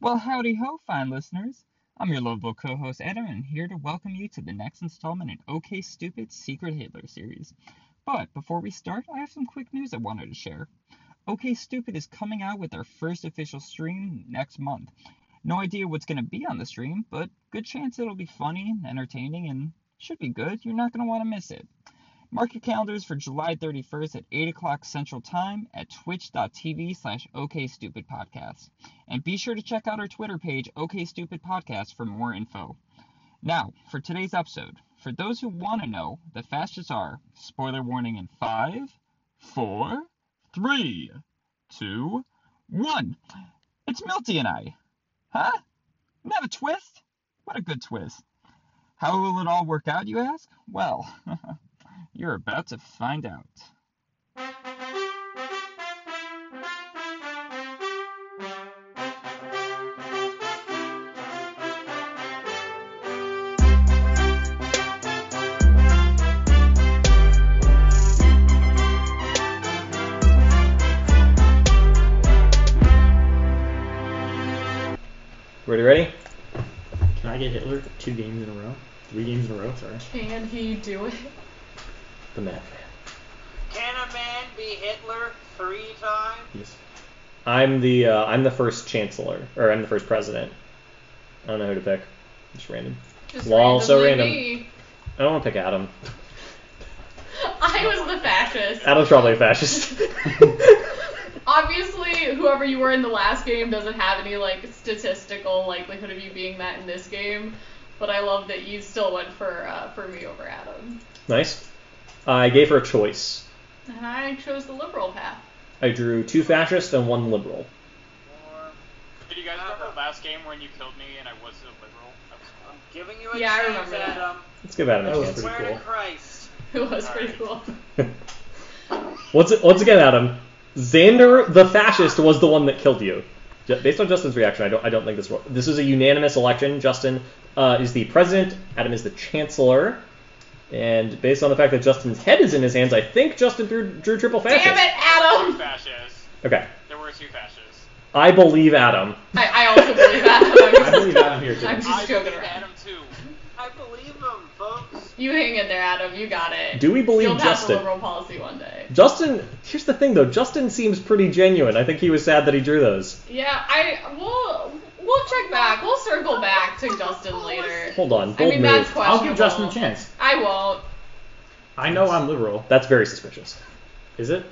Well, howdy ho, fine listeners. I'm your lovable co host, Adam, and here to welcome you to the next installment in OK Stupid's Secret Hitler series. But before we start, I have some quick news I wanted to share. OK Stupid is coming out with our first official stream next month. No idea what's going to be on the stream, but good chance it'll be funny, entertaining, and should be good. You're not going to want to miss it. Mark your calendars for July 31st at 8 o'clock Central Time at twitch.tv slash okstupidpodcast. And be sure to check out our Twitter page, okstupidpodcast, for more info. Now, for today's episode, for those who want to know, the fastest are spoiler warning in five, four, three, two, one. It's Milty and I. Huh? Not a twist? What a good twist. How will it all work out, you ask? Well, You're about to find out. Ready, ready? Can I get Hitler two games in a row? Three games in a row, sorry. Can he do it? The Madman. Can a man be Hitler three times? Yes. I'm the uh, I'm the first chancellor, or I'm the first president. I don't know who to pick. Just random. Just Lol, so randomly random. I don't want to pick Adam. me. I was the fascist. Adam's probably a fascist. Obviously, whoever you were in the last game doesn't have any like statistical likelihood of you being that in this game. But I love that you still went for uh, for me over Adam. nice. I gave her a choice. And I chose the liberal path. I drew two fascists and one liberal. Or Did you guys remember last game when you killed me and I was a liberal? That was cool. I'm giving you a Yeah, I chance, remember that. Adam. Let's give Adam That a was chance. pretty Swear cool. to Christ. It was pretty cool. once once again, Adam, Xander the fascist was the one that killed you. Ju- Based on Justin's reaction, I don't I don't think this wa- this is a unanimous election. Justin uh, is the president. Adam is the chancellor. And based on the fact that Justin's head is in his hands, I think Justin threw, drew triple fascist. Damn it, Two Adam! fascists. Okay, There were two fascists. I believe Adam. I, I also believe Adam. I I'm just, believe Adam here too. I'm just I joking believe around. Adam too. I believe him, folks. You hang in there, Adam. You got it. Do we believe You'll pass Justin? a liberal policy one day. Justin, here's the thing though. Justin seems pretty genuine. I think he was sad that he drew those. Yeah, I we'll we'll check back. We'll circle back to Justin later. Hold on, bold I mean move. that's questionable. I'll give Justin a chance. I won't. I know I'm liberal. That's very suspicious. Is it?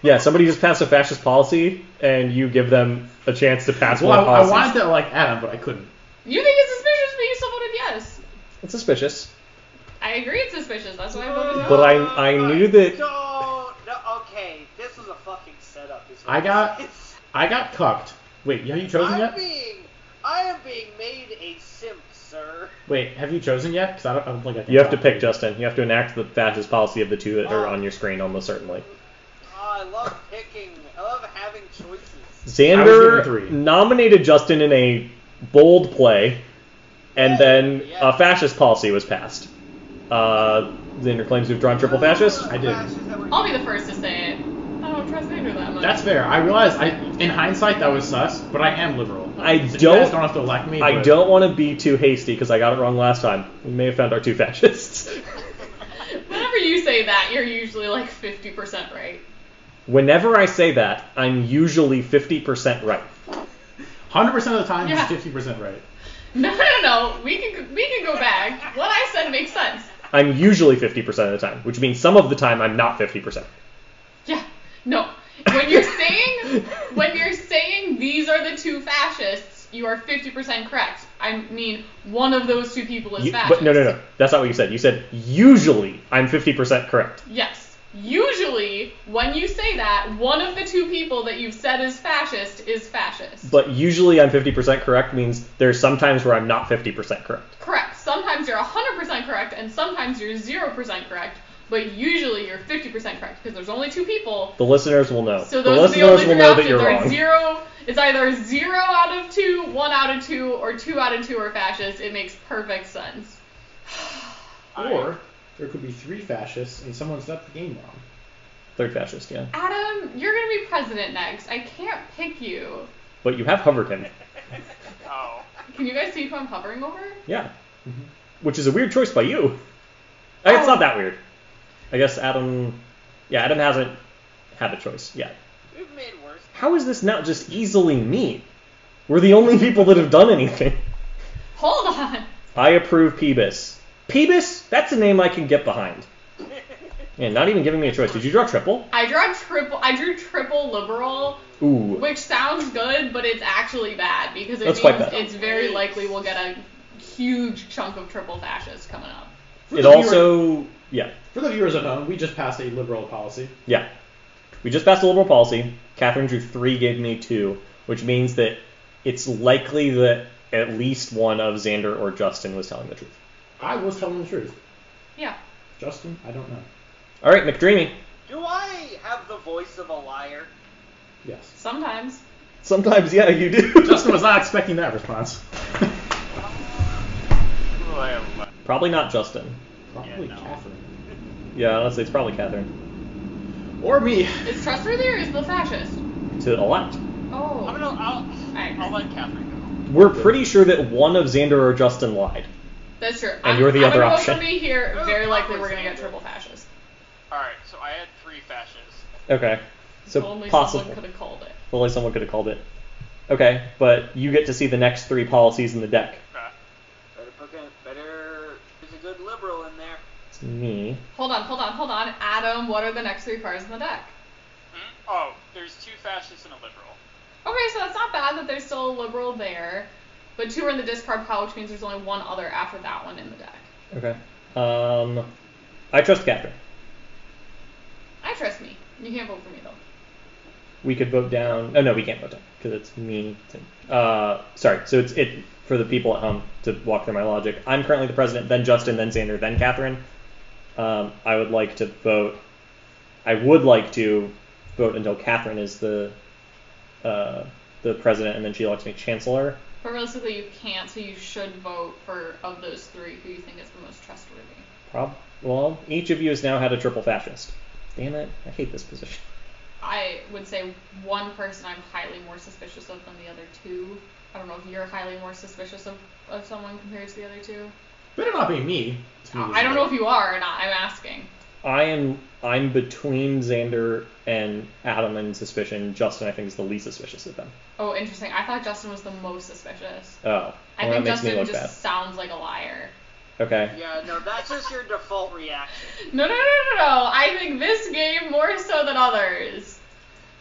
Yeah, somebody just passed a fascist policy, and you give them a chance to pass Well, more I, I policies. wanted to like Adam, but I couldn't. You think it's suspicious, but you still voted yes. It's suspicious. I agree it's suspicious. That's why I voted no. But I- I knew that- No, no. Okay, this is a fucking setup. Is what I got- this is. I got cucked. Wait, have you chosen I'm yet? being. I am being made a simp, sir. Wait, have you chosen yet? Because I don't, I don't think I can. You have to talk. pick Justin. You have to enact the fascist policy of the two that are on your screen almost certainly. Oh, I love picking. I love having choices. I was given Xander three. nominated Justin in a bold play, and then a fascist policy was passed. Uh, Xander claims we've drawn triple fascists. I did. Fascists that were- I'll be the first to say it. I don't trust Andrew that much. That's fair. I realize I, in hindsight, that was sus, but I am liberal. I So You guys don't don't. have to elect me. I but- don't want to be too hasty because I got it wrong last time. We may have found our two fascists. Whenever you say that, you're usually like 50% right. Whenever I say that, I'm usually 50% right. 100% of the time, Yeah. he's 50% right. No, no, no. We can we can go back. What I said makes sense. I'm usually 50% of the time, which means some of the time I'm not 50%. Yeah. No. When you're saying when you're saying these are the two fascists, you are 50% correct. I mean, one of those two people is You- fascist. but no, no, no. That's not what you said. You said usually I'm 50% correct. Yes. Usually, when you say that, one of the two people that you've said is fascist is fascist. But usually I'm 50% correct means there's some times where I'm not 50% correct. correct. Sometimes you're 100% correct, and sometimes you're 0% correct. But usually, you're 50% correct because there's only two people. The listeners will know. So the those are the listeners will only three know that options. you're Are wrong. Zero. It's either zero out of two, one out of two, or two out of two are fascist. It makes perfect sense. Or there could be three fascists and someone set the game wrong. Third fascist, yeah. Adam, you're gonna be president next. I can't pick you. But you have hovered him. Can you guys see who I'm hovering over? Yeah. Mm-hmm. Which is a weird choice by you. I guess It's not that weird. I guess Adam. Yeah, Adam hasn't had a choice yet. We've made worse. How is this not just easily me? We're the only people that have done anything. Hold on. I approve Peebus. Peebus? That's a name I can get behind. And not even giving me a choice. Did you draw triple? I drew triple. I drew triple liberal, Ooh. which sounds good, but it's actually bad because it That's quite means bad. it's very likely we'll get a huge chunk of triple fascists coming up. It also. Yeah. For the viewers at home, we just passed a liberal policy. Yeah. We just passed a liberal policy. Catherine drew three, gave me two, which means that it's likely that at least one of Xander or Justin was telling the truth. I was telling the truth. Yeah. Justin, I don't know. All right, McDreamy. Do I have the voice of a liar? Yes. Sometimes. Sometimes, yeah, you do. Justin was not expecting that response. Well, I have left. Probably not Justin. Probably no. Catherine. Yeah, honestly, it's probably Catherine. Or me. Is trustworthy or is the fascist? To elect. Oh. I'm gonna. Alright. I'll, I'll let Catherine We're pretty sure that one of Xander or Justin lied. That's true. And you're the I'm other gonna option. Go for me here. Very Oh, likely we're obviously. gonna get triple fascists. go. Alright, so I had three fascists. Okay. So Only possible. someone could have called it. Only someone could have called it. Okay, but you get to see the next three policies in the deck. Okay. Better book a, better. There's a good liberal in there. It's me. Hold on, hold on, hold on. Adam, what are the next three cards in the deck? Hmm? Oh, there's two fascists and a liberal. Okay, so that's not bad that there's still a liberal there, but two are in the discard pile, which means there's only one other after that one in the deck. Okay. Um, I trust Catherine. I trust me. You can't vote for me though. We could vote down. Oh no, we can't vote down because it's me. to- uh, sorry. So it's it for the people at home to walk through my logic. I'm currently the president, then Justin, then Xander, then Catherine. Um, I would like to vote. I would like to vote until Catherine is the uh, the president, and then she elects me chancellor. But realistically, you can't, so you should vote for of those three who you think is the most trustworthy. Prob- well, each of you has now had a triple fascist. Damn it! I hate this position. I would say one person I'm highly more suspicious of than the other two. I don't know if you're highly more suspicious of, of someone compared to the other two. Better not be me. It's me Uh, I don't know if you are or not. I'm asking. I am I'm between Xander and Adam in suspicion. Justin I think is the least suspicious of them. Oh, interesting. I thought Justin was the most suspicious. Oh. Well, I that think makes me Justin look just sounds like a bad. liar. Okay. Yeah, no, that's just your default reaction. No, no, no, no, no. I think this game more so than others.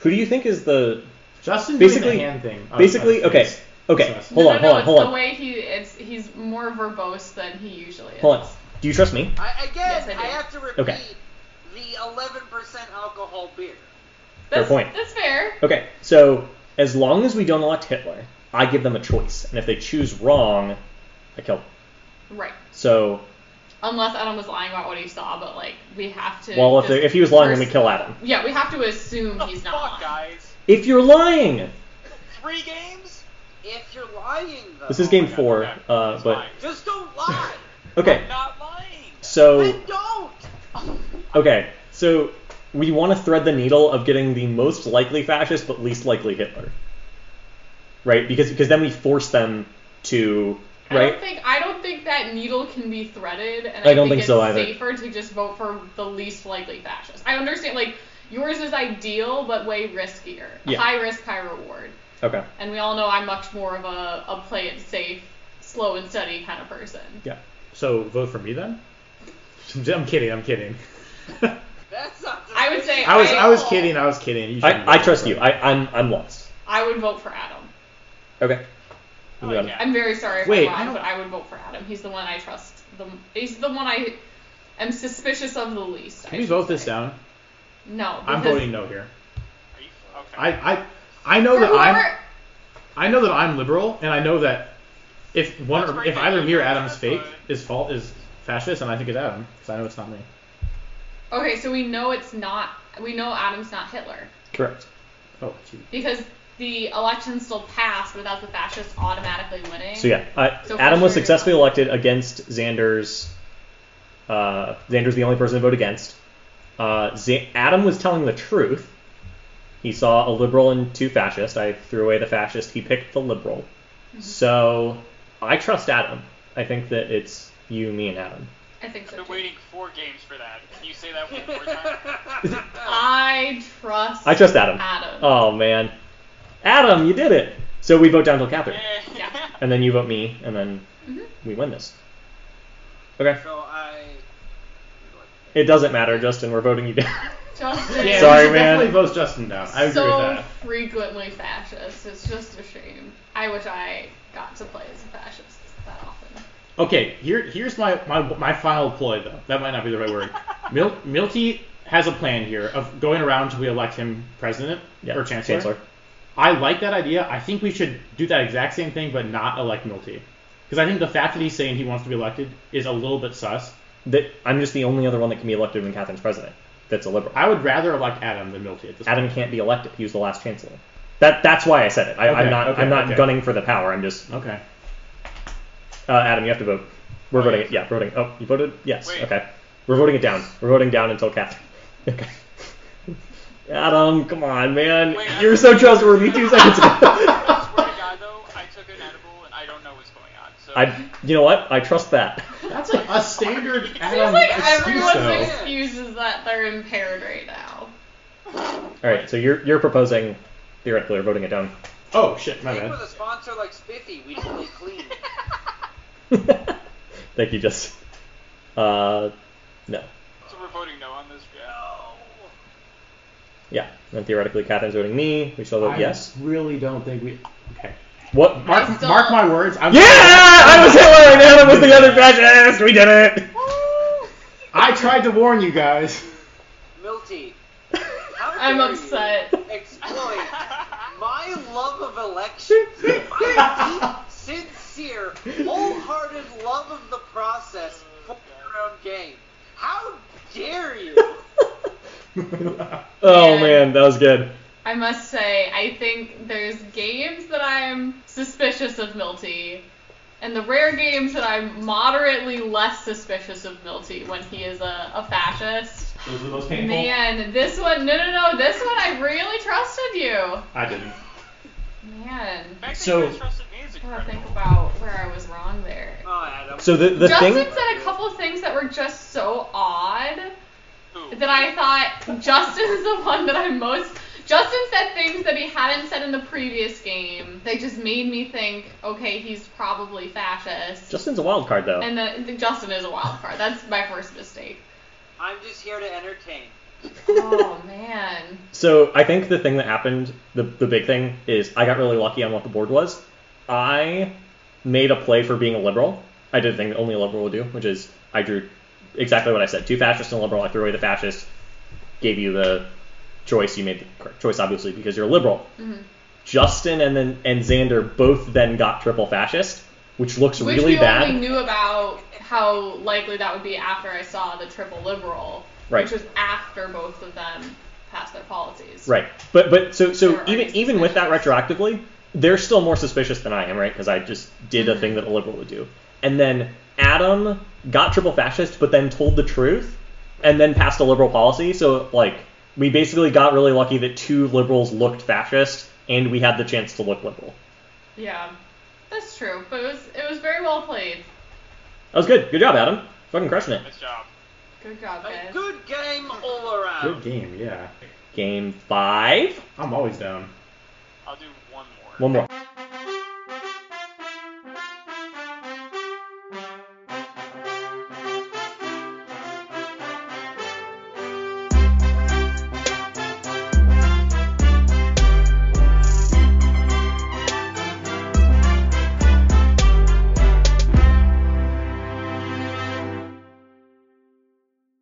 Who do you think is the Justin Basically- doing the hand thing. Oh, on- basically on okay. his- Okay. Sus. Hold no, on, no, no, hold on, it's hold The on. way he, it's he's more verbose than he usually is. Hold on. Do you trust me? I, again, Yes, I do. I, have to repeat Okay. the 11% alcohol beer. That's, point. That's fair. Okay. So as long as we don't elect Hitler, I give them a choice. And if they choose wrong, I kill them. Right. So Unless Adam was lying about what he saw, but like we have to. well if just they, if he was lying then we first- kill Adam. Yeah, we have to assume he's the not. fuck, lying. guys? If you're lying Three games? If you're lying, though. This is game God, four, okay. uh It's but fine. Just don't lie. okay. I'm not lying. So Then don't. Okay, so we want to thread the needle of getting the most likely fascist but least likely Hitler, right? Because because then we force them to I right. don't think I don't think that needle can be threaded, and I I, don't think it's so either. safer to just vote for the least likely fascist. I understand like yours is ideal, but way riskier. Yeah. High risk, high reward. Okay, And we all know I'm much more of a, a play it safe, slow and steady kind of person. yeah. So vote for me then? I'm kidding, I'm kidding. That's not the I would say I was I was will- kidding, I was kidding. You shouldn't I, I vote trust for you. me. I I'm I'm lost. I would vote for Adam. Okay. Oh, We got it. yeah. I'm very sorry if Wait, I'm I wrong, don't- but I would vote for Adam. He's the one I trust. The he's the one I am suspicious of the least. I Can we should vote this say. down? No. I'm because voting no here. Are you, okay. I I I know For that I'm whoever- I know that I'm liberal and I know that if one That's or, pretty if either good. me or Adam's That's fake, good. his fault is fascist and I think it's Adam, because I know it's not me. Okay, so we know it's not. We know Adam's not Hitler Correct. Oh gee. because the election still passed without the fascists automatically winning. So yeah, I, So for Adam was sure you're successfully not. elected against Xander's. Uh, Xander's the only person to vote against. Uh, Z- Adam was telling the truth. He saw a liberal and two fascists. I threw away the fascist. He picked the liberal. So I trust Adam. I think that it's you, me, and Adam. I think so. I've been Too. waiting four games for that. Can you say that one more time? I trust. I trust Adam. Adam. Oh man, Adam, you did it. So we vote down till Catherine, Eh. Yeah. and then you vote me, and then Mhm. we win this. Okay. So I. It doesn't matter, Justin. We're voting you down. Justin. Yeah, Sorry, we should man. Definitely votes Justin down. I agree so with that. frequently fascist. It's just a shame. I wish I got to play as a fascist that often. Okay, here here's my, my my final ploy though. That might not be the right word. Mil- Milty has a plan here of going around until we elect him president Yeah. or chancellor. I like that idea. I think we should do that exact same thing, but not elect Milty, because I think the fact that he's saying he wants to be elected is a little bit sus. That I'm just the only other one that can be elected when Catherine's president. That's a liberal. I would rather elect Adam than Milty at this. Adam can't be elected. He was the last chancellor. That that's why I said it. I, Okay, I'm not okay, I'm not okay. gunning for the power. I'm just Point. Okay. uh, Adam. You have to vote. We're Oh, voting yeah. it. Yeah, we're voting. Oh, you voted. Yes. Wait. Okay. We're voting it down. We're voting down until Catherine. Okay. Adam, come on, man. Wait, you were I- so trustworthy two seconds ago. I swear to God, though, I took an edible and I don't know what's going on. So I, you know what? I trust that. That's like a standard Seems Adam like excuse everyone's though. excuse is that they're impaired right now. All right. So you're you're proposing theoretically we're voting it down. Oh shit, my Think with bad. a sponsor like Spiffy, we'd be clean. Thank you, Justin. Uh, no. so we're voting no on this. Yeah. Yeah. And theoretically, Catherine's voting me. We still vote I yes. really don't think we. Okay. What? I Mark, still- mark my words. I'm Yeah! I was Hitler and Adam was the other fascist! We did it! I tried to warn you guys. Milty. How I'm dare you upset. Exploit my love of elections, my deep, sincere, wholehearted love of the process for your own game. How dare you? Oh Yeah. man, that was good. I must say, I think there's games that I'm suspicious of Milty, and the rare games that I'm moderately less suspicious of Milty when he is a, a fascist. Those were those painful. Man, this one, no, no, no, this one I really trusted you. I didn't. Man, The fact that So- you guys trusted me is I gotta think incredible. about where I was wrong there. Oh, Adam. So the, the Justin thing. said a couple of things that were just so odd. Ooh. that I thought Justin's the one that I'm most. Justin said things that he hadn't said in the previous game. They just made me think, okay, he's probably fascist. Justin's a wild card though. and then the, Justin is a wild card. That's my first mistake. I'm just here to entertain. Oh man. So I think the thing that happened, the, the big thing, is I got really lucky on what the board was. I made a play for being a liberal. I did a thing that only a liberal would do, which is I drew exactly what I said. Two fascists and a liberal. I threw away the fascist, gave you the choice. You made the correct choice, obviously, because you're a liberal. Mm-hmm. Justin and then and Xander both then got triple fascist, which looks Which really we bad. only knew about how likely that would be after I saw the triple liberal, Right. which was after both of them passed their policies. Right. But but so There so are even even with that retroactively, they're still more suspicious than I am, right? Because I just did a thing that a liberal would do. And then Adam got triple fascist, but then told the truth, and then passed a liberal policy. So like we basically got really lucky that two liberals looked fascist, and we had the chance to look liberal. Yeah, that's true. But it was it was very well played. That was good. Good job, Adam. Fucking crushing it. Nice job. Good job, A guys. good game all Good around. game, yeah. Game five. I'm always down. I'll do one more. One more.